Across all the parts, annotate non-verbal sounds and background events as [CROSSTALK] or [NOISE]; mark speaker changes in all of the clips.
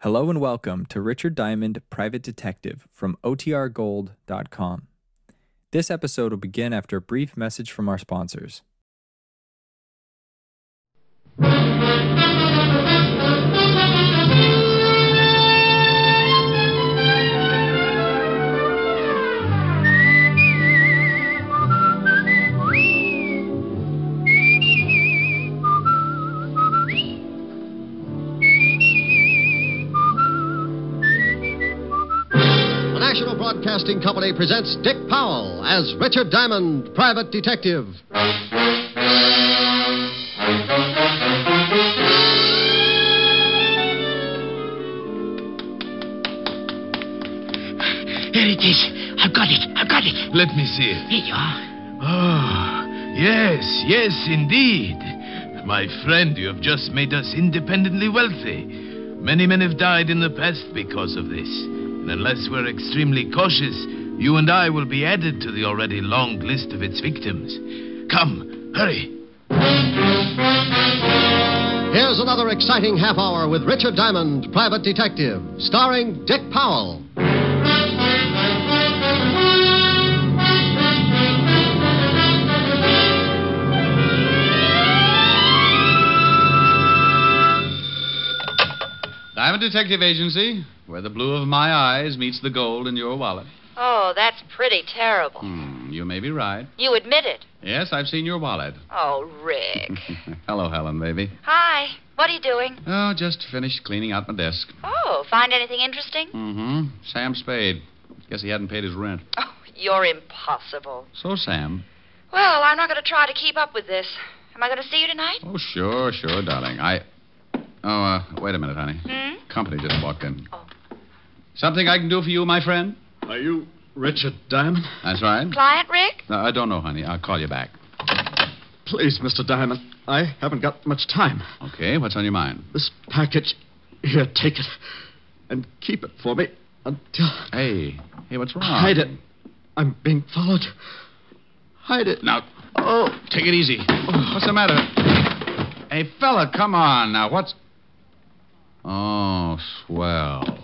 Speaker 1: Hello and welcome to Richard Diamond, Private Detective from OTRGold.com. This episode will begin after a brief message from our sponsors.
Speaker 2: The National Broadcasting Company presents Dick Powell as Richard Diamond, private detective.
Speaker 3: There it is. I've got it. I've got it.
Speaker 4: Let me see it.
Speaker 3: Here you are.
Speaker 4: Oh, yes, yes, indeed. My friend, you have just made us independently wealthy. Many men have died in the past because of this. And unless we're extremely cautious, you and I will be added to the already long list of its victims. Come, hurry.
Speaker 2: Here's another exciting half hour with Richard Diamond, private detective, starring Dick Powell.
Speaker 5: Diamond Detective Agency, where the blue of my eyes meets the gold in your wallet.
Speaker 6: Oh, that's pretty terrible.
Speaker 5: Hmm, you may be right.
Speaker 6: You admit it.
Speaker 5: Yes, I've seen your
Speaker 4: [LAUGHS]
Speaker 5: wallet.
Speaker 6: Oh, Rick.
Speaker 5: Hello, Helen, baby.
Speaker 6: Hi. What are you doing?
Speaker 5: Oh, just finished cleaning out my desk.
Speaker 6: Oh, find anything interesting? [LAUGHS]
Speaker 5: Mm-hmm. Sam Spade. Guess he hadn't paid his rent.
Speaker 6: Oh, you're impossible.
Speaker 5: So, Sam.
Speaker 6: Well, I'm not going to try to keep up with this. Am I going to see you tonight?
Speaker 5: Oh, sure, sure, darling. I. Oh, uh, wait a minute, honey.
Speaker 6: Hmm?
Speaker 5: Company just walked in.
Speaker 6: Oh.
Speaker 5: Something I can do for you, my friend?
Speaker 4: Are you Richard Diamond?
Speaker 5: That's right.
Speaker 6: Client, Rick?
Speaker 5: No, I don't know, honey. I'll call you back.
Speaker 4: Please, Mr. Diamond. I haven't got much time.
Speaker 5: Okay, what's on your mind?
Speaker 4: This package. Here, take it. And keep it for me until.
Speaker 5: Hey, hey, what's wrong?
Speaker 4: Hide it. I'm being followed. Hide it.
Speaker 5: Now,
Speaker 4: Oh,
Speaker 5: Take it easy. What's the matter? Hey, fella, come on now. What's. Oh, swell.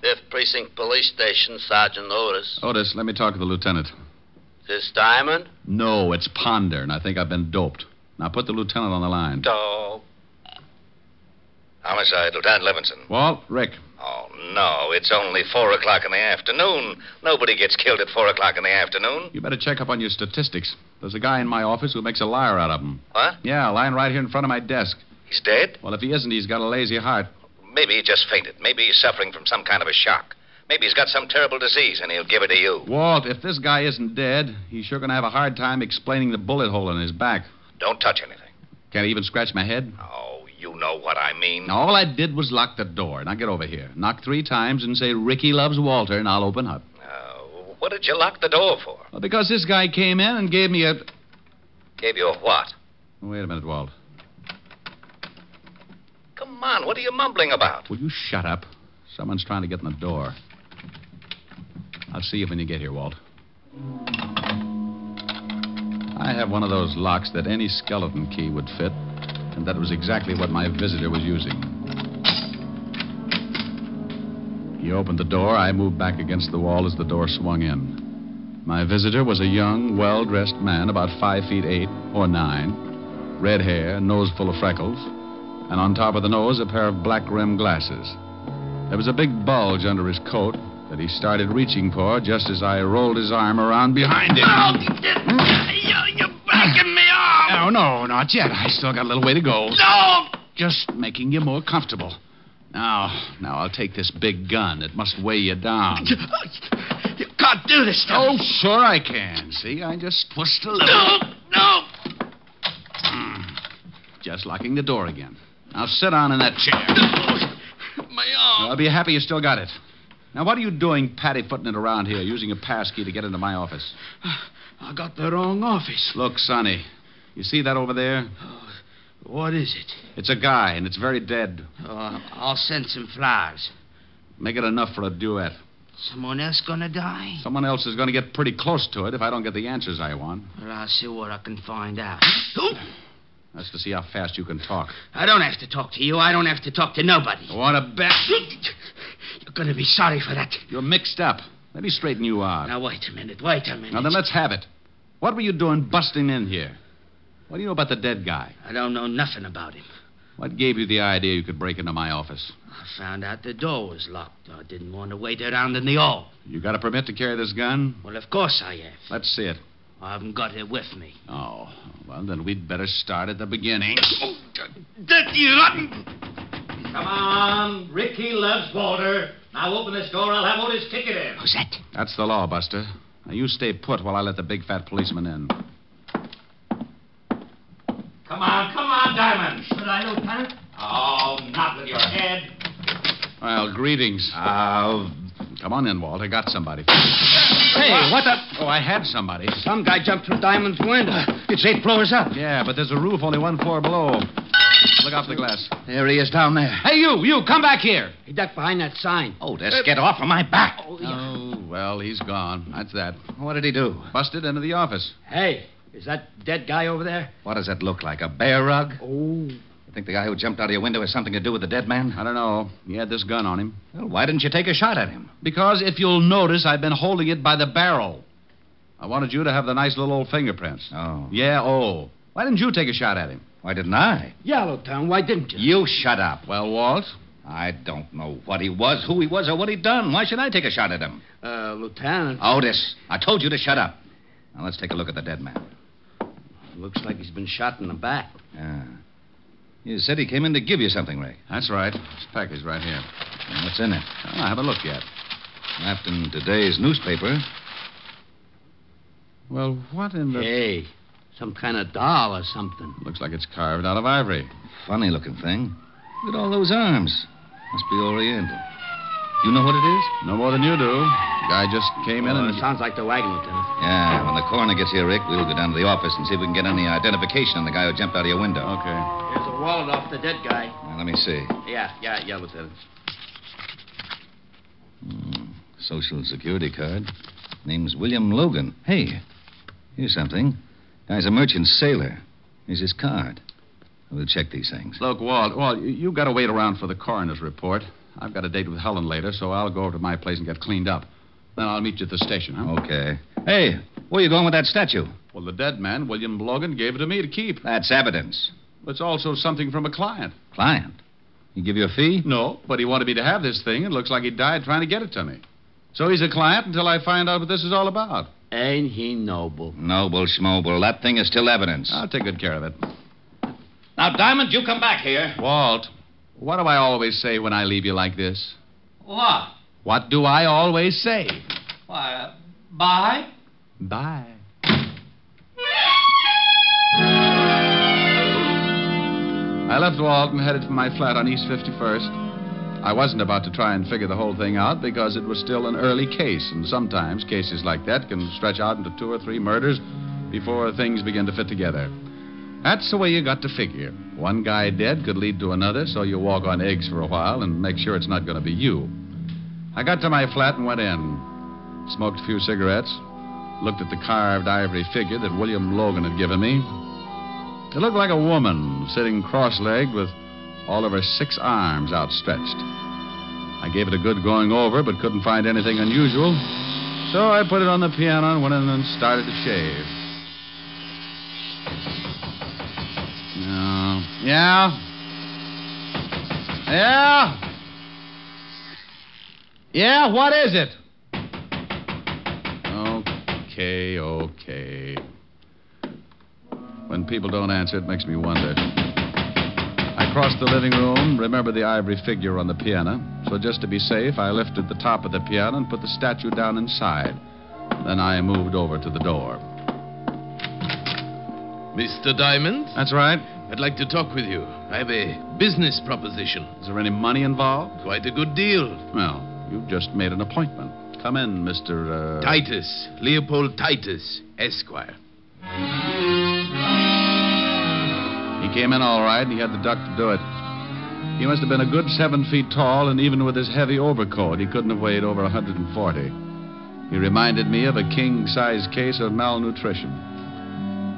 Speaker 7: Fifth Precinct Police Station, Sergeant Otis.
Speaker 5: Otis, let me talk to the lieutenant.
Speaker 7: This Diamond?
Speaker 5: No, it's Ponder, and I think I've been doped. Now put the lieutenant on the line.
Speaker 7: No. Homicide, Lieutenant Levinson.
Speaker 5: Walt, Rick.
Speaker 7: Oh, no, it's only 4 o'clock in the afternoon. Nobody gets killed at 4 o'clock in the afternoon.
Speaker 5: You better check up on your statistics. There's a guy in my office who makes a liar out of him.
Speaker 7: What?
Speaker 5: Yeah, lying right here in front of my desk.
Speaker 7: He's dead?
Speaker 5: Well, if he isn't, he's got a lazy heart.
Speaker 7: Maybe he just fainted. Maybe he's suffering from some kind of a shock. Maybe he's got some terrible disease and he'll give it to you.
Speaker 5: Walt, if this guy isn't dead, he's sure gonna have a hard time explaining the bullet hole in his back.
Speaker 7: Don't touch anything.
Speaker 5: Can't he even scratch my head?
Speaker 7: Oh, you know what I mean.
Speaker 5: Now, all I did was lock the door. Now, get over here. Knock three times and say, Ricky loves Walter, and I'll open up.
Speaker 7: Uh, what did you lock the door for?
Speaker 5: Well, because this guy came in and gave me a.
Speaker 7: Gave you a what?
Speaker 5: Wait a minute, Walt.
Speaker 7: Come on, what are you mumbling about?
Speaker 5: Will you shut up? Someone's trying to get in the door. I'll see you when you get here, Walt. I have one of those locks that any skeleton key would fit, and that was exactly what my visitor was using. He opened the door. I moved back against the wall as the door swung in. My visitor was a young, well dressed man, about five feet eight or nine, red hair, nose full of freckles, and on top of the nose, a pair of black rimmed glasses. There was a big bulge under his coat that he started reaching for just as I rolled his arm around behind him.
Speaker 3: You, are backing me off.
Speaker 5: No, no, not yet. I still got a little way to go.
Speaker 3: No.
Speaker 5: Just making you more comfortable. Now, now I'll take this big gun. It must weigh you down.
Speaker 3: You can't do this.
Speaker 5: Oh, sure I can. See, I just pushed a little. Hmm.
Speaker 3: No.
Speaker 5: Just locking the door again. Now sit down in that chair.
Speaker 3: My arm.
Speaker 5: I'll be happy you still got it. Now, what are you doing patty-footing it around here, using a passkey to get into my office?
Speaker 3: I got the wrong office.
Speaker 5: Look, Sonny, you see that over there?
Speaker 8: What is it?
Speaker 5: It's a guy, and it's very dead.
Speaker 8: Uh, I'll send some flowers.
Speaker 5: Make it enough for a duet.
Speaker 8: Someone else gonna die?
Speaker 5: Someone else is going to get pretty close to it if I don't get the answers I want.
Speaker 8: Well, I'll see what I can find out.
Speaker 5: That's to see how fast you can talk.
Speaker 8: I don't have to talk to you. I don't have to talk to nobody.
Speaker 5: Want to bet?
Speaker 8: You're gonna be sorry for that.
Speaker 5: You're mixed up. Let me straighten you out.
Speaker 8: Now wait a minute. Wait a minute.
Speaker 5: Now then, let's have it. What were you doing busting in here? What do you know about the dead guy?
Speaker 8: I don't know nothing about him.
Speaker 5: What gave you the idea you could break into my office?
Speaker 8: I found out the door was locked. I didn't want to wait around in the hall.
Speaker 5: You got a permit to carry this gun?
Speaker 8: Well, of course I have.
Speaker 5: Let's see it.
Speaker 8: I haven't got it with me.
Speaker 5: Oh, well, then we'd better start at the beginning.
Speaker 8: Oh, Dirty rotten! Come on, Ricky loves water. Now open this door. I'll have Otis kick it in. Who's that?
Speaker 5: That's the law, Buster. Now you stay put while I let the big fat policeman in.
Speaker 8: Come on, come on, Diamond. Should I, Lieutenant? Oh, not with your head.
Speaker 5: Well, greetings. Uh, come on in, Walt. I got somebody.
Speaker 9: Hey, what the?
Speaker 5: Oh, I had somebody.
Speaker 9: Some guy jumped through Diamond's window. It's eight floors up.
Speaker 5: Yeah, but there's a roof only one floor below. Look out for the glass.
Speaker 9: There he is down there.
Speaker 5: Hey, you, you, come back here.
Speaker 9: He ducked behind that sign.
Speaker 5: Oh, just get off of my back. Oh, well, he's gone. That's that.
Speaker 9: What did he do?
Speaker 5: Busted into the office.
Speaker 9: Hey, is that dead guy over there?
Speaker 5: What does that look like? A bear rug?
Speaker 9: Oh.
Speaker 5: You think the guy who jumped out of your window has something to do with the dead man? I don't know. He had this gun on him. Well, why didn't you take a shot at him? Because if you'll notice, I've been holding it by the barrel. I wanted you to have the nice little old fingerprints.
Speaker 9: Oh.
Speaker 5: Yeah, oh. Why didn't you take a shot at him?
Speaker 9: Why didn't I?
Speaker 8: Yellowtown, why didn't you?
Speaker 9: You shut up.
Speaker 5: Well, Walt,
Speaker 9: I don't know what he was, who he was, or what he'd done. Why should I take a shot at him?
Speaker 8: Uh, Lieutenant.
Speaker 9: Otis, I told you to shut up. Now let's take a look at the dead man.
Speaker 8: Looks like he's been shot in the back.
Speaker 9: Yeah. You said he came in to give you something, Ray.
Speaker 5: that's right. This package right here.
Speaker 9: Now, what's in it?
Speaker 5: Well, I haven't looked yet.
Speaker 9: Wrapped in today's newspaper.
Speaker 5: Well, what in the.
Speaker 8: Hey, some kind of doll or something.
Speaker 5: Looks like it's carved out of ivory.
Speaker 9: Funny looking thing. Look at all those arms. Must be Oriental. You know what it is?
Speaker 5: No more than you do. The guy just came in
Speaker 8: Well,
Speaker 5: and.
Speaker 8: it sounds like the wagon, Lieutenant.
Speaker 9: Yeah, when the coroner gets here, Rick, we'll go down to the office and see if we can get any identification on the guy who jumped out of your window.
Speaker 5: Okay.
Speaker 8: Here's a wallet off the dead guy.
Speaker 9: Now, let me see.
Speaker 8: Yeah, yeah, yeah, Lieutenant.
Speaker 9: Social security card. Name's William Logan. Hey, here's something. Guy's a merchant sailor. Here's his card. We'll check these things.
Speaker 5: Look, Walt, Walt, you, you got to wait around for the coroner's report. I've got a date with Helen later, so I'll go over to my place and get cleaned up. Then I'll meet you at the station, huh?
Speaker 9: Okay. Hey, where you going with that statue?
Speaker 5: Well, the dead man, William Logan, gave it to me to keep.
Speaker 9: That's evidence.
Speaker 5: It's also something from a client.
Speaker 9: Client. He give you a fee?
Speaker 5: No, but he wanted me to have this thing. It looks like he died trying to get it to me. So he's a client until I find out what this is all about.
Speaker 8: Ain't he noble?
Speaker 9: Noble schmoble. That thing is still evidence.
Speaker 5: I'll take good care of it.
Speaker 9: now, Diamond, you come back here.
Speaker 5: Walt, what do I always say when I leave you like this?
Speaker 8: What?
Speaker 5: What do I always say?
Speaker 8: Why, uh, bye?
Speaker 5: Bye. I left Walt and headed for my flat on East 51st. I wasn't about to try and figure the whole thing out because it was still an early case, and sometimes cases like that can stretch out into two or three murders before things begin to fit together. That's the way you got to figure. One guy dead could lead to another, so you walk on eggs for a while and make sure it's not going to be you. I got to my flat and went in, smoked a few cigarettes, looked at the carved ivory figure that William Logan had given me. It looked like a woman sitting cross legged with all of her six arms outstretched. I gave it a good going over, but couldn't find anything unusual. So I put it on the piano and went in and started to shave. No. Yeah. Yeah. Yeah, what is it? Okay, okay. When people don't answer, it makes me wonder. I crossed the living room, remembered the ivory figure on the piano, so just to be safe, I lifted the top of the piano and put the statue down inside. Then I moved over to the door.
Speaker 4: Mr. Diamond,
Speaker 5: That's right.
Speaker 4: I'd like to talk with you. I have a business proposition.
Speaker 5: Is there any money involved?
Speaker 4: Quite a good deal.
Speaker 5: Well, you've just made an appointment. Come in, Mr. Uh...
Speaker 4: Titus, Leopold Titus, Esquire.
Speaker 5: He came in all right. He had the duck to do it. He must have been a good seven feet tall, and even with his heavy overcoat, he couldn't have weighed over 140. He reminded me of a king size case of malnutrition.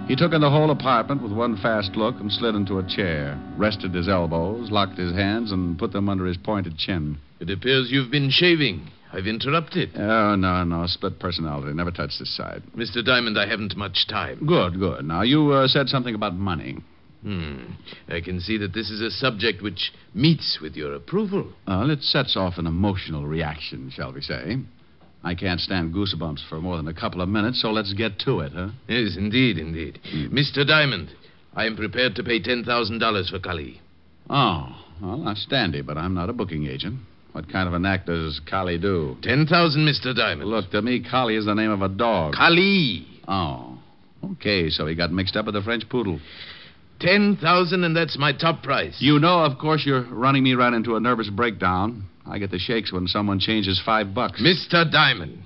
Speaker 5: He took in the whole apartment with one fast look and slid into a chair, rested his elbows, locked his hands, and put them under his pointed chin.
Speaker 4: It appears you've been shaving. I've interrupted.
Speaker 5: Oh, no, no, split personality. Never touched this side.
Speaker 4: Mr. Diamond, I haven't much time.
Speaker 5: Good, good. Now, you uh, said something about money.
Speaker 4: Hmm. I can see that this is a subject which meets with your approval.
Speaker 5: Well, it sets off an emotional reaction, shall we say. I can't stand goosebumps for more than a couple of minutes, so let's get to it, huh? Hmm.
Speaker 4: Yes, indeed, indeed. Mr. Diamond, I am prepared to pay $10,000 for Kali.
Speaker 5: Oh, well, that's dandy, but I'm not a booking agent. What kind of an act does Collie do?
Speaker 4: 10000 Mr. Diamond.
Speaker 5: Look, to me, Collie is the name of a dog.
Speaker 4: Kali!
Speaker 5: Oh. Okay, so he got mixed up with the French poodle.
Speaker 4: 10000 and that's my top price.
Speaker 5: You know, of course, you're running me right into a nervous breakdown. I get the shakes when someone changes five bucks.
Speaker 4: Mr. Diamond,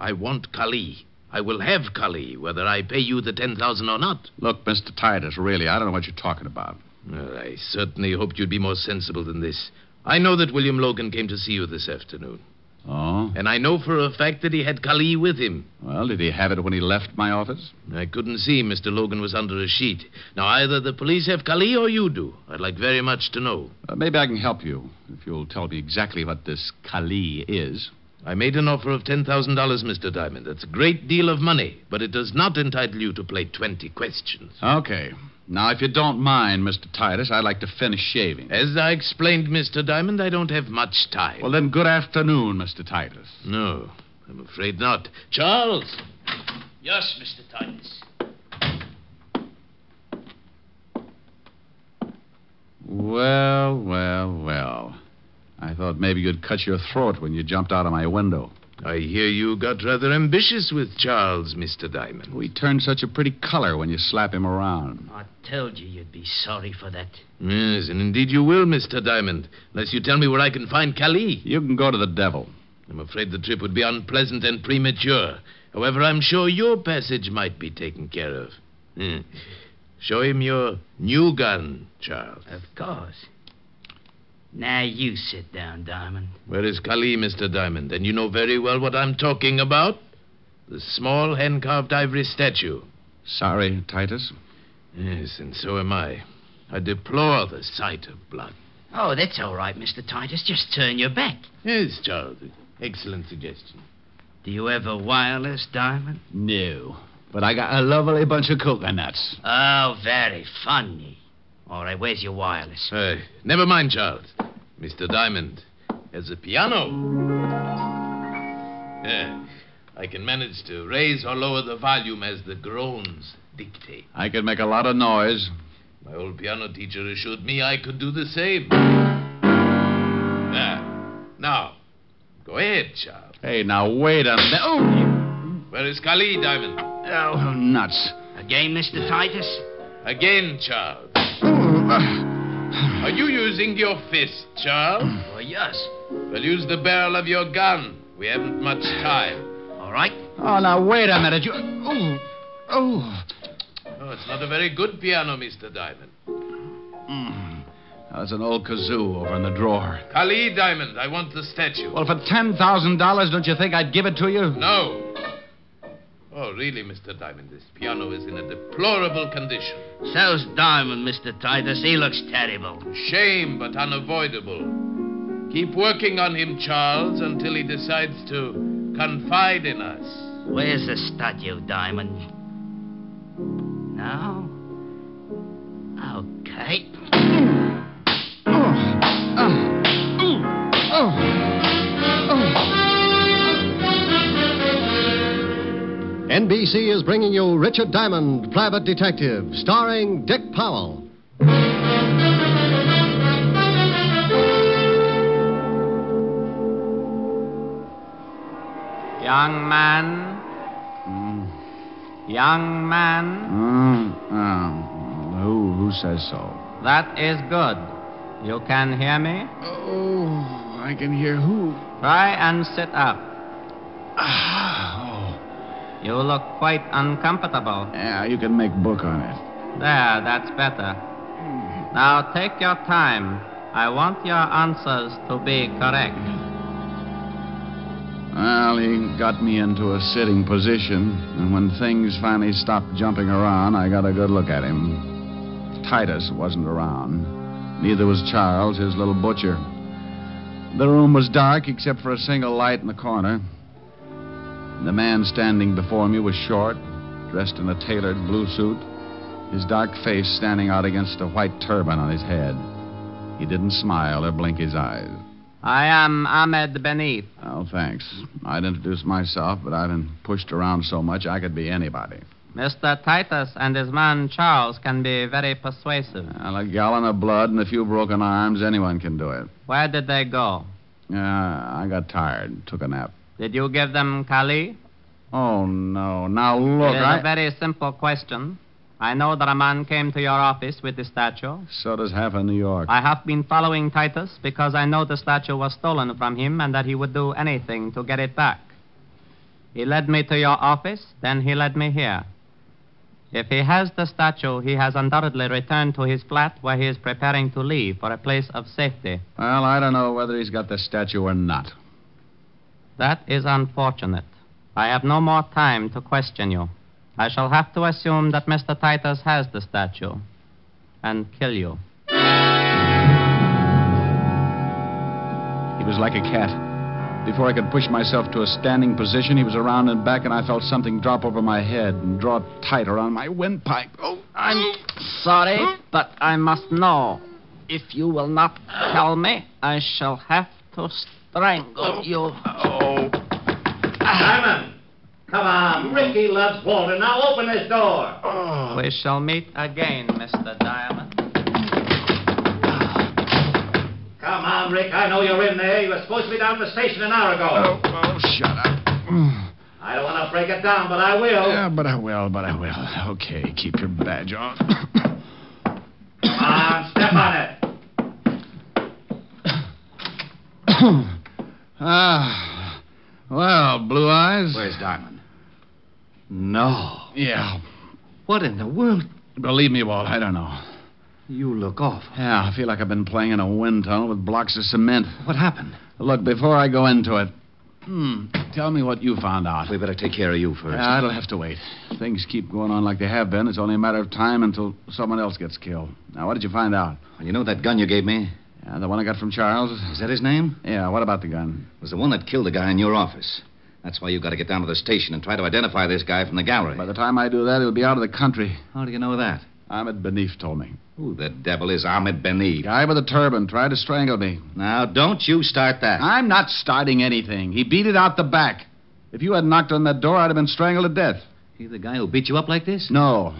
Speaker 4: I want Kali. I will have Kali, whether I pay you the 10000 or not.
Speaker 5: Look, Mr. Titus, really, I don't know what you're talking about.
Speaker 4: Well, I certainly hoped you'd be more sensible than this. I know that William Logan came to see you this afternoon,
Speaker 5: Oh?
Speaker 4: and I know for a fact that he had Kali with him.
Speaker 5: Well, did he have it when he left my office?
Speaker 4: I couldn't see Mr. Logan was under a sheet. Now, either the police have Kali or you do. I'd like very much to know.
Speaker 5: Uh, maybe I can help you if you'll tell me exactly what this Kali is.
Speaker 4: I made an offer of $10,000, Mr. Diamond. That's a great deal of money, but it does not entitle you to play 20 questions.
Speaker 5: Okay. Now, if you don't mind, Mr. Titus, I'd like to finish shaving.
Speaker 4: As I explained, Mr. Diamond, I don't have much time.
Speaker 5: Well, then, good afternoon, Mr. Titus.
Speaker 4: No, I'm afraid not. Charles!
Speaker 3: Yes, Mr. Titus.
Speaker 5: Well, well, well. I thought maybe you'd cut your throat when you jumped out of my window.
Speaker 4: I hear you got rather ambitious with Charles, Mr. Diamond.
Speaker 5: We turn such a pretty color when you slap him around.
Speaker 3: I told you you'd be sorry for that.
Speaker 4: Yes, and indeed you will, Mr. Diamond, unless you tell me where I can find Kali.
Speaker 5: You can go to the devil.
Speaker 4: I'm afraid the trip would be unpleasant and premature. However, I'm sure your passage might be taken care of. Hmm. Show him your new gun, Charles.
Speaker 3: Of course. Now you sit down, Diamond.
Speaker 4: Where is Kali, Mr. Diamond? And you know very well what I'm talking about. The small hand carved ivory statue.
Speaker 5: Sorry, Titus.
Speaker 4: Yes, and so am I. I deplore the sight of blood.
Speaker 3: Oh, that's all right, Mr. Titus. Just turn your back.
Speaker 4: Yes, Charles. Excellent suggestion.
Speaker 3: Do you ever wire us, Diamond?
Speaker 5: No. But I got a lovely bunch of coconuts.
Speaker 3: Oh, very funny. All right, where's your wireless?
Speaker 4: Uh, never mind, Charles. Mr. Diamond has a piano. Yeah, I can manage to raise or lower the volume as the groans dictate.
Speaker 5: I could make a lot of noise.
Speaker 4: My old piano teacher assured me I could do the same. There. Now, go ahead, Charles.
Speaker 5: Hey, now wait a minute. Oh, you-
Speaker 4: Where is Kali, Diamond?
Speaker 5: oh, nuts.
Speaker 3: Again, Mr. Titus?
Speaker 4: Again, Charles.
Speaker 5: uh,
Speaker 4: Are you using your fist,
Speaker 3: [CLEARS THROAT]
Speaker 4: Charles?
Speaker 3: Oh, yes.
Speaker 4: Well, use the barrel of your gun. We haven't much time.
Speaker 3: All right.
Speaker 5: Oh, now wait a minute. You. Oh, oh.
Speaker 4: Oh, it's not a very good piano, Mr. Diamond.
Speaker 5: That's an old kazoo over in the drawer.
Speaker 4: Kali, Diamond, I want the statue.
Speaker 5: Well, for ten thousand dollars, don't you think I'd give it to you?
Speaker 4: No. Oh, really, Mr. Diamond, this piano is in a deplorable condition.
Speaker 3: So's Diamond, Mr. Titus. He looks terrible.
Speaker 4: Shame, but unavoidable. Keep working on him, Charles, until he decides to confide in us.
Speaker 3: Where's the statue, Diamond? No? Okay.
Speaker 2: NBC is bringing you Richard Diamond, Private Detective, starring Dick Powell.
Speaker 10: Young man. Young man.
Speaker 5: Mm, uh, who, who says so?
Speaker 10: That is good. You can hear me?
Speaker 5: Oh, I can hear who.
Speaker 10: Try and sit up.
Speaker 5: Ah,
Speaker 10: You look quite uncomfortable.
Speaker 5: oh. Yeah, you can make book on it.
Speaker 10: There, that's better. Now take your time. I want your answers to be correct.
Speaker 5: Well, he got me into a sitting position, and when things finally stopped jumping around, I got a good look at him. Titus wasn't around. Neither was Charles, his little butcher. The room was dark except for a single light in the corner. The man standing before me was short, dressed in a tailored blue suit, his dark face standing out against a white turban on his head. He didn't smile or blink his eyes.
Speaker 10: I am Ahmed Benif.
Speaker 5: Oh, thanks. I'd introduce myself, but I've been pushed around so much I could be anybody.
Speaker 10: Mr. Titus and his man Charles can be very persuasive.
Speaker 5: On a gallon of blood and a few broken arms, anyone can do it.
Speaker 10: Where did they go?
Speaker 5: Uh, I got tired, took a nap.
Speaker 10: Did you give them Kali?
Speaker 5: Oh, no. Now, look,
Speaker 10: it is
Speaker 5: I...
Speaker 10: a very simple question. I know that a man came to your office with the statue.
Speaker 5: So does half of New York.
Speaker 10: I have been following Titus because I know the statue was stolen from him and that he would do anything to get it back. He led me to your office, then he led me here. If he has the statue, he has undoubtedly returned to his flat where he is preparing to leave for a place of safety.
Speaker 5: Well, I don't know whether he's got the statue or not.
Speaker 10: That is unfortunate. I have no more time to question you. I shall have to assume that Mr. Titus has the statue and kill you.
Speaker 5: He was like a cat. Before I could push myself to a standing position, he was around and back, and I felt something drop over my head and draw tight around my windpipe. Oh,
Speaker 10: I'm sorry, but I must know. If you will not tell me, I shall have to strangle you.
Speaker 8: Oh. Simon! Come on. Ricky loves Walter. Now open this door.
Speaker 10: We shall meet again, Mr. Diamond.
Speaker 8: Come on, Rick. I know you're in there. You were supposed to be down at the station an hour ago.
Speaker 5: oh, shut up.
Speaker 8: I don't want to break it down, but I will.
Speaker 5: Yeah, but I will, but I will. Okay, keep your badge on.
Speaker 8: Come on, step on it.
Speaker 5: ah, well, Blue Eyes.
Speaker 9: Where's Diamond? No.
Speaker 5: Yeah,
Speaker 9: What in the world?
Speaker 5: believe me, Walt, I don't know.
Speaker 9: You look awful.
Speaker 5: Yeah, I feel like I've been playing in a wind tunnel with blocks of cement.
Speaker 9: What happened?
Speaker 5: Look, before I go into it, hmm, tell me what you found out.
Speaker 9: We better take care of you first.
Speaker 5: Yeah, it'll have to wait. Things keep going on like they have been. It's only a matter of time until someone else gets killed. Now, what did you find out?
Speaker 9: you know that gun you gave me?
Speaker 5: Yeah, the one I got from Charles?
Speaker 9: Is that his name?
Speaker 5: Yeah, what about the gun?
Speaker 9: It was the one that killed the guy in your office. That's why you got to get down to the station and try to identify this guy from the gallery.
Speaker 5: By the time I do that, he'll be out of the country.
Speaker 9: How do you know that?
Speaker 5: Ahmed Benif told me.
Speaker 9: Who the devil is Ahmed
Speaker 5: The
Speaker 9: Benid?
Speaker 5: guy with the turban tried to strangle me.
Speaker 9: Now, don't you start that.
Speaker 5: I'm not starting anything. He beat it out the back. If you had knocked on that door, I'd have been strangled to death.
Speaker 9: He the guy who beat you up like this?
Speaker 5: No,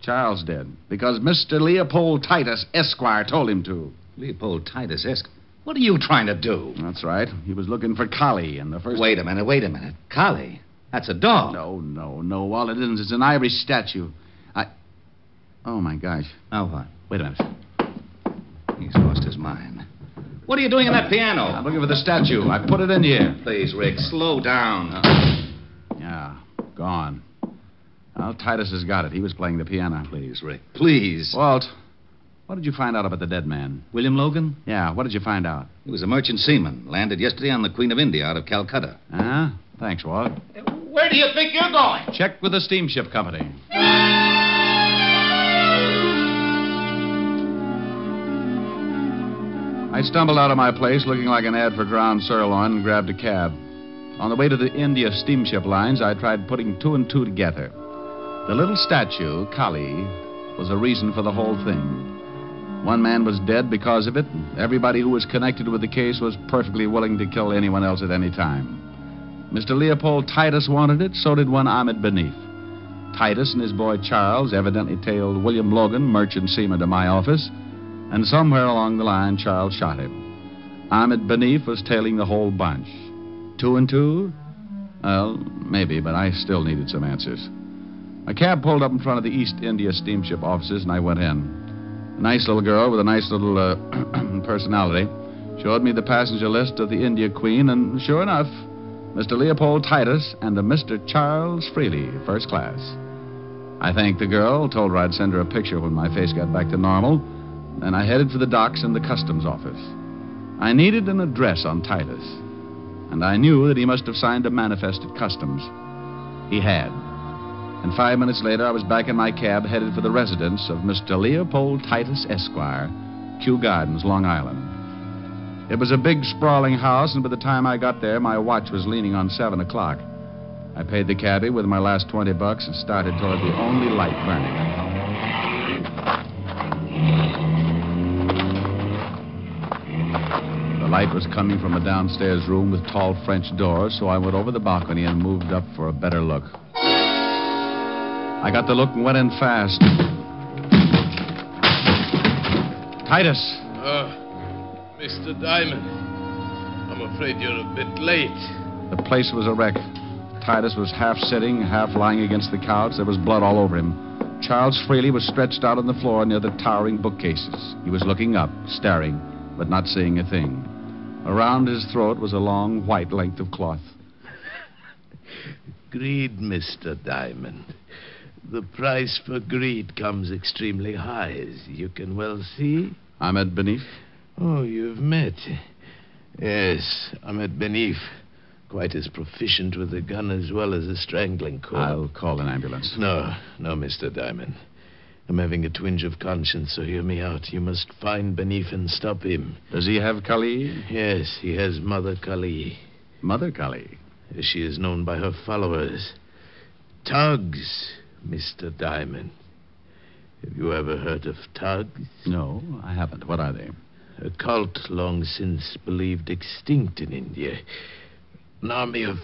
Speaker 5: Charles did. Because Mr. Leopold Titus, Esquire, told him to.
Speaker 9: Leopold Titus Esk. What are you trying to do?
Speaker 5: That's right. He was looking for Collie, and the first.
Speaker 9: Wait a minute, wait a minute. Collie? That's a dog.
Speaker 5: No, no, no, Walt, it isn't. It's an ivory statue. I. Oh, my gosh.
Speaker 9: Now what?
Speaker 5: Wait a minute.
Speaker 9: He's lost his mind. What are you doing in that
Speaker 5: I'm
Speaker 9: piano?
Speaker 5: looking for the statue. I put it in here.
Speaker 9: Please, Rick, slow down.
Speaker 5: Yeah, gone. Well, Titus has got it. He was playing the piano.
Speaker 9: Please, Rick, please.
Speaker 5: Walt, what did you find out about the dead man?
Speaker 9: William Logan?
Speaker 5: Yeah, what did you find out?
Speaker 9: He was a merchant seaman. Landed yesterday on the Queen of India out of Calcutta.
Speaker 5: Huh? Thanks, Walt.
Speaker 9: Where do you think you're going?
Speaker 5: Check with the steamship company. I stumbled out of my place looking like an ad for ground sirloin and grabbed a cab. On the way to the India steamship lines, I tried putting two and two together. The little statue, Kali, was a reason for the whole thing. One man was dead because of it, and everybody who was connected with the case was perfectly willing to kill anyone else at any time. Mr. Leopold Titus wanted it, so did one Ahmed Beneath. Titus and his boy Charles evidently tailed William Logan, merchant seaman, to my office, and somewhere along the line, Charles shot him. Ahmed Beneath was tailing the whole bunch. Two and two? Well, maybe, but I still needed some answers. A cab pulled up in front of the East India Steamship offices, and I went in. A nice little girl with a nice little uh, [CLEARS THROAT] personality showed me the passenger list of the India Queen, and sure enough, Mr. Leopold Titus and a Mr. Charles Freely, first class. I thanked the girl, told her I'd send her a picture when my face got back to normal, and I headed for the docks and the customs office. I needed an address on Titus, and I knew that he must have signed a manifest at customs. He had. And five minutes later, I was back in my cab headed for the residence of Mr. Leopold Titus Esquire, Kew Gardens, Long Island. It was a big, sprawling house, and by the time I got there, my watch was leaning on seven o'clock. I paid the cabbie with my last 20 bucks and started toward the only light burning. The light was coming from a downstairs room with tall French doors, so I went over the balcony and moved up for a better look. I got the look and went in fast. Titus!
Speaker 4: Oh, Mr. Diamond, I'm afraid you're a bit late.
Speaker 5: The place was a wreck. Titus was half sitting, half lying against the couch. There was blood all over him. Charles Freely was stretched out on the floor near the towering bookcases. He was looking up, staring, but not seeing a thing. Around his throat was a long white length of cloth.
Speaker 4: Greed, Mr. Diamond. The price for greed comes extremely high, as you can well see.
Speaker 5: I'm at Benif.
Speaker 4: Oh, you've met. Yes, I'm at Benif. Quite as proficient with a gun as well as a strangling cord.
Speaker 5: I'll call an ambulance.
Speaker 4: No, no, Mr. Diamond. I'm having a twinge of conscience, so hear me out. You must find Benif and stop him.
Speaker 5: Does he have Kali?
Speaker 4: Yes, he has Mother Kali.
Speaker 5: Mother Kali?
Speaker 4: as she is known by her followers. Tugs, Mr. Diamond. Have you ever heard of Tugs?
Speaker 5: No, I haven't. What are they?
Speaker 4: A cult long since believed extinct in India. An army of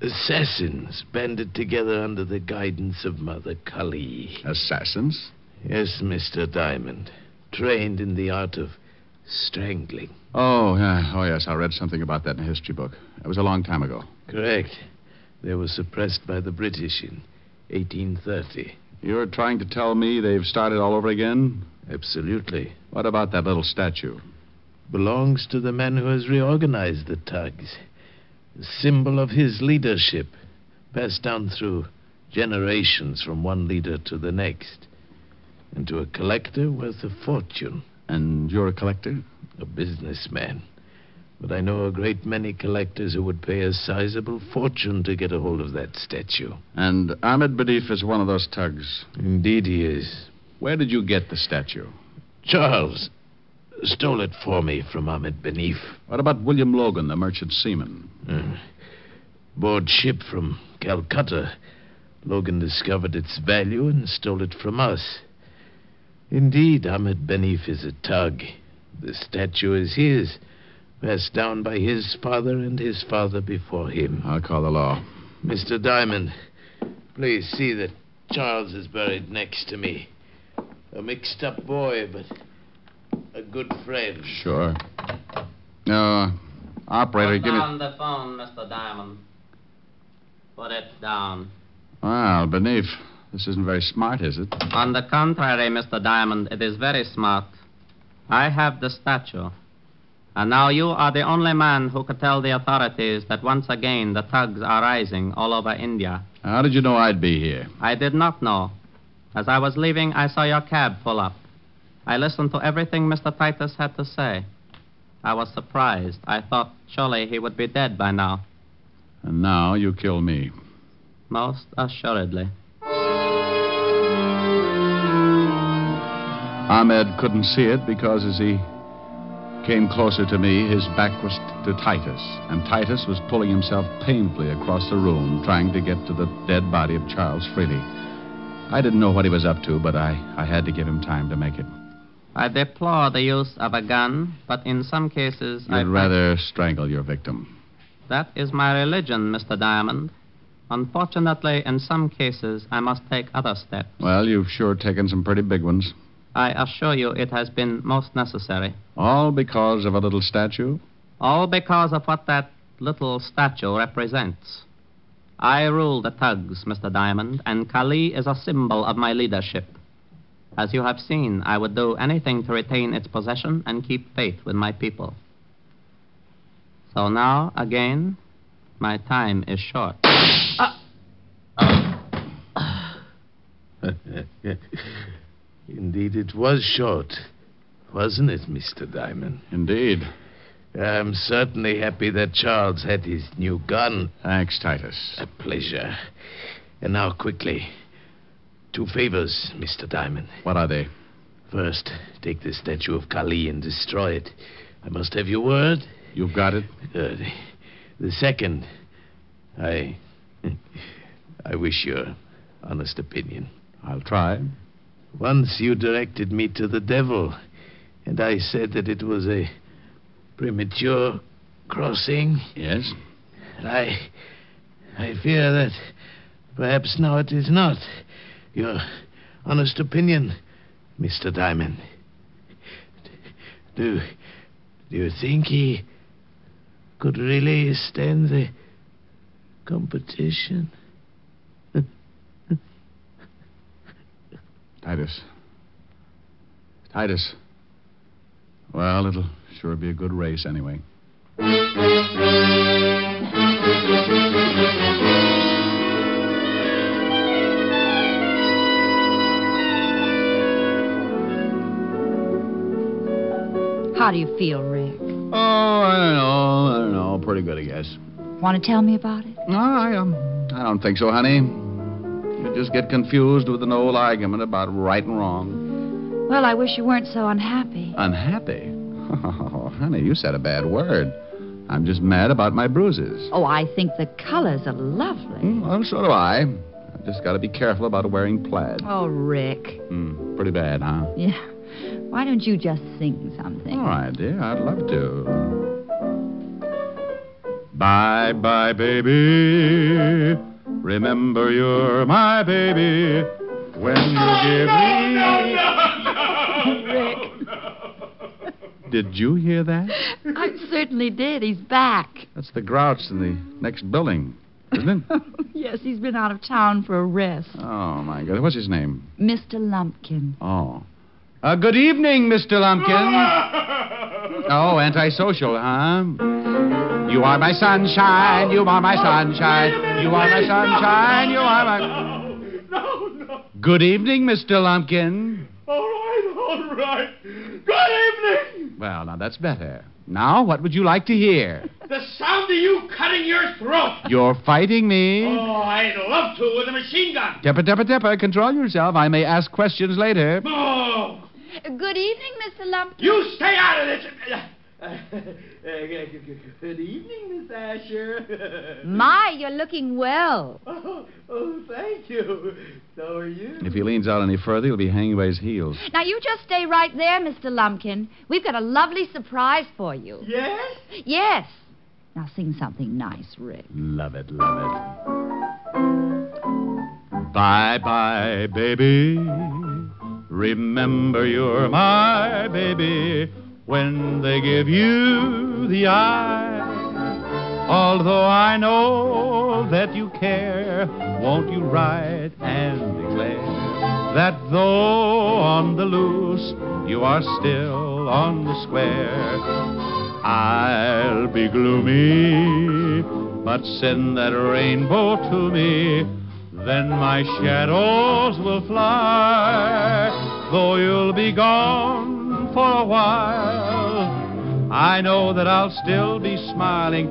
Speaker 4: assassins banded together under the guidance of Mother Kali.
Speaker 5: Assassins?
Speaker 4: Yes, Mr. Diamond. Trained in the art of strangling.
Speaker 5: Oh, yeah. Oh, yes. I read something about that in a history book. It was a long time ago.
Speaker 4: Correct. They were suppressed by the British in 1830.
Speaker 5: You're trying to tell me they've started all over again?
Speaker 4: Absolutely.
Speaker 5: What about that little statue?
Speaker 4: belongs to the man who has reorganized the tugs. A symbol of his leadership, passed down through generations from one leader to the next. And to a collector worth a fortune,
Speaker 5: And you're a collector?
Speaker 4: a businessman. But I know a great many collectors who would pay a sizable fortune to get a hold of that statue.
Speaker 5: And Ahmed Badif is one of those tugs.
Speaker 4: Indeed, he is.
Speaker 5: Where did you get the statue?
Speaker 4: Charles stole it for me from Ahmed Benif.
Speaker 5: What about William Logan, the merchant seaman?
Speaker 4: Uh, Board ship from Calcutta. Logan discovered its value and stole it from us. Indeed, Ahmed Benif is a tug. The statue is his, passed down by his father and his father before him.
Speaker 5: I'll call the law.
Speaker 4: Mr. Diamond, please see that Charles is buried next to me. A mixed up boy, but a good friend. [LAUGHS]
Speaker 5: Sure. Uh, operator,
Speaker 10: Put
Speaker 5: give me.
Speaker 10: down the phone, Mr. Diamond. Put it down.
Speaker 5: Wow, Benif. This isn't very smart, is it?
Speaker 10: On the contrary, Mr. Diamond, it is very smart. I have the statue. And now you are the only man who could tell the authorities that once again the thugs are rising all over India.
Speaker 5: How did you know I'd be here?
Speaker 10: I did not know. As I was leaving, I saw your cab pull up. I listened to everything Mr. Titus had to say. I was surprised. I thought surely he would be dead by now.
Speaker 5: And now you kill me.
Speaker 10: Most assuredly.
Speaker 5: Ahmed couldn't see it because as he came closer to me, his back was to Titus, and Titus was pulling himself painfully across the room, trying to get to the dead body of Charles Freely. I didn't know what he was up to, but I, I had to give him time to make it.
Speaker 10: I deplore the use of a gun, but in some cases
Speaker 5: You'd
Speaker 10: I.
Speaker 5: rather strangle your victim.
Speaker 10: That is my religion, Mr. Diamond. Unfortunately, in some cases, I must take other steps.
Speaker 5: Well, you've sure taken some pretty big ones.
Speaker 10: I assure you it has been most necessary.
Speaker 5: All because of a little statue?
Speaker 10: All because of what that little statue represents. I rule the thugs, Mr. Diamond, and Kali is a symbol of my leadership. As you have seen, I would do anything to retain its possession and keep faith with my people. So now, again, my time is short.
Speaker 4: Indeed, it was short. wasn't it, Mr. Diamond?
Speaker 5: Indeed.
Speaker 4: I'm certainly happy that Charles had his new gun.
Speaker 5: Thanks, Titus.
Speaker 4: A pleasure. And now, quickly, two favors, Mr. Diamond.
Speaker 5: What are they?
Speaker 4: First, take the statue of Kali and destroy it. I must have your word.
Speaker 5: You've got it?
Speaker 4: Good. The second, I. [LAUGHS] I wish your honest opinion.
Speaker 5: I'll try.
Speaker 4: Once you directed me to the devil, and I said that it was a premature crossing.
Speaker 5: Yes?
Speaker 4: And I. I fear that perhaps now it is not. Your honest opinion, Mr. Diamond. Do. Do you think he could really stand the competition?
Speaker 5: Titus. Titus. Well, it'll sure be a good race anyway.
Speaker 11: How do you feel, Rick?
Speaker 5: Oh, I don't know. I don't know. Pretty good, I guess.
Speaker 11: Want to tell me about it?
Speaker 5: No, I um, I don't think so, honey. You just get confused with an old argument about right and wrong.
Speaker 11: Well, I wish you weren't so unhappy.
Speaker 5: Unhappy? Oh, honey, you said a bad word. I'm just mad about my bruises.
Speaker 11: Oh, I think the colors are lovely.
Speaker 5: Mm, well, so do I. I've just got to be careful about wearing plaid.
Speaker 11: Oh, Rick.
Speaker 5: Mm, pretty bad, huh?
Speaker 11: Yeah. Why don't you just sing something?
Speaker 5: All right, dear. I'd love to. Bye bye, baby. Remember you're my baby. When you give me. Did you hear that?
Speaker 11: Oh, [LAUGHS] I certainly did. He's back.
Speaker 5: That's the grouch in the next building, isn't it?
Speaker 11: Yes, he's been out of town for a rest.
Speaker 5: oh, my God. What's his name?
Speaker 11: Mr. Lumpkin.
Speaker 5: Oh. Uh, good evening, Mr. Lumpkin. oh, antisocial, huh? You are my sunshine, you are my sunshine, you are my sunshine, you are my.
Speaker 3: No, no.
Speaker 5: Good evening, Mr. Lumpkin.
Speaker 3: All right, all right. Good evening.
Speaker 5: Well, now that's better. Now, what would you like to hear?
Speaker 3: The sound of you cutting your throat.
Speaker 5: You're fighting me.
Speaker 3: Oh, I'd love to with a machine gun.
Speaker 5: Tepper, tepper, tepper, control yourself. I may ask questions later.
Speaker 3: No.
Speaker 12: Good evening, Mr. Lumpkin.
Speaker 3: You stay out of this. [LAUGHS] Uh, Good evening, Miss Asher. [LAUGHS]
Speaker 12: My, you're looking well.
Speaker 3: Oh, oh, thank you. So are you.
Speaker 5: If he leans out any further, he'll be hanging by his heels.
Speaker 12: Now, you just stay right there, Mr. Lumpkin. We've got a lovely surprise for you.
Speaker 3: Yes?
Speaker 12: Yes.
Speaker 11: Now sing something nice, Rick.
Speaker 5: Love it, love it. Bye bye, baby. Remember you're my baby when they give you the eye. Although I know that you care, won't you write and declare that though on the loose, you are still on the square? I'll be gloomy, but send that rainbow to me, then my shadows will fly. Though you'll be gone for a while, I know that I'll still be smiling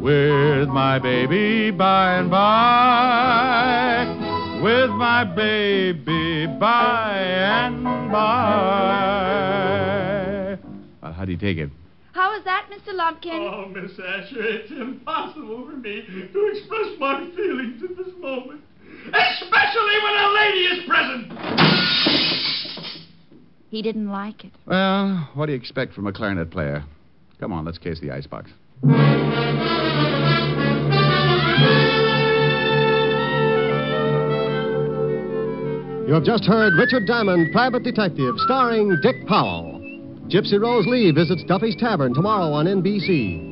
Speaker 5: with my baby by and by. With my baby by and by. Well, how do you take it?
Speaker 12: How is that, Mr. Lumpkin?
Speaker 3: Oh, Miss Asher, it's impossible for me to express my feelings at this moment. Especially when a lady is present.
Speaker 11: He didn't like it.
Speaker 5: Well, what do you expect from a clarinet player? Come on, let's case the icebox.
Speaker 2: You have just heard Richard Diamond, Private Detective, starring Dick Powell. Gypsy Rose Lee visits Duffy's Tavern tomorrow on NBC.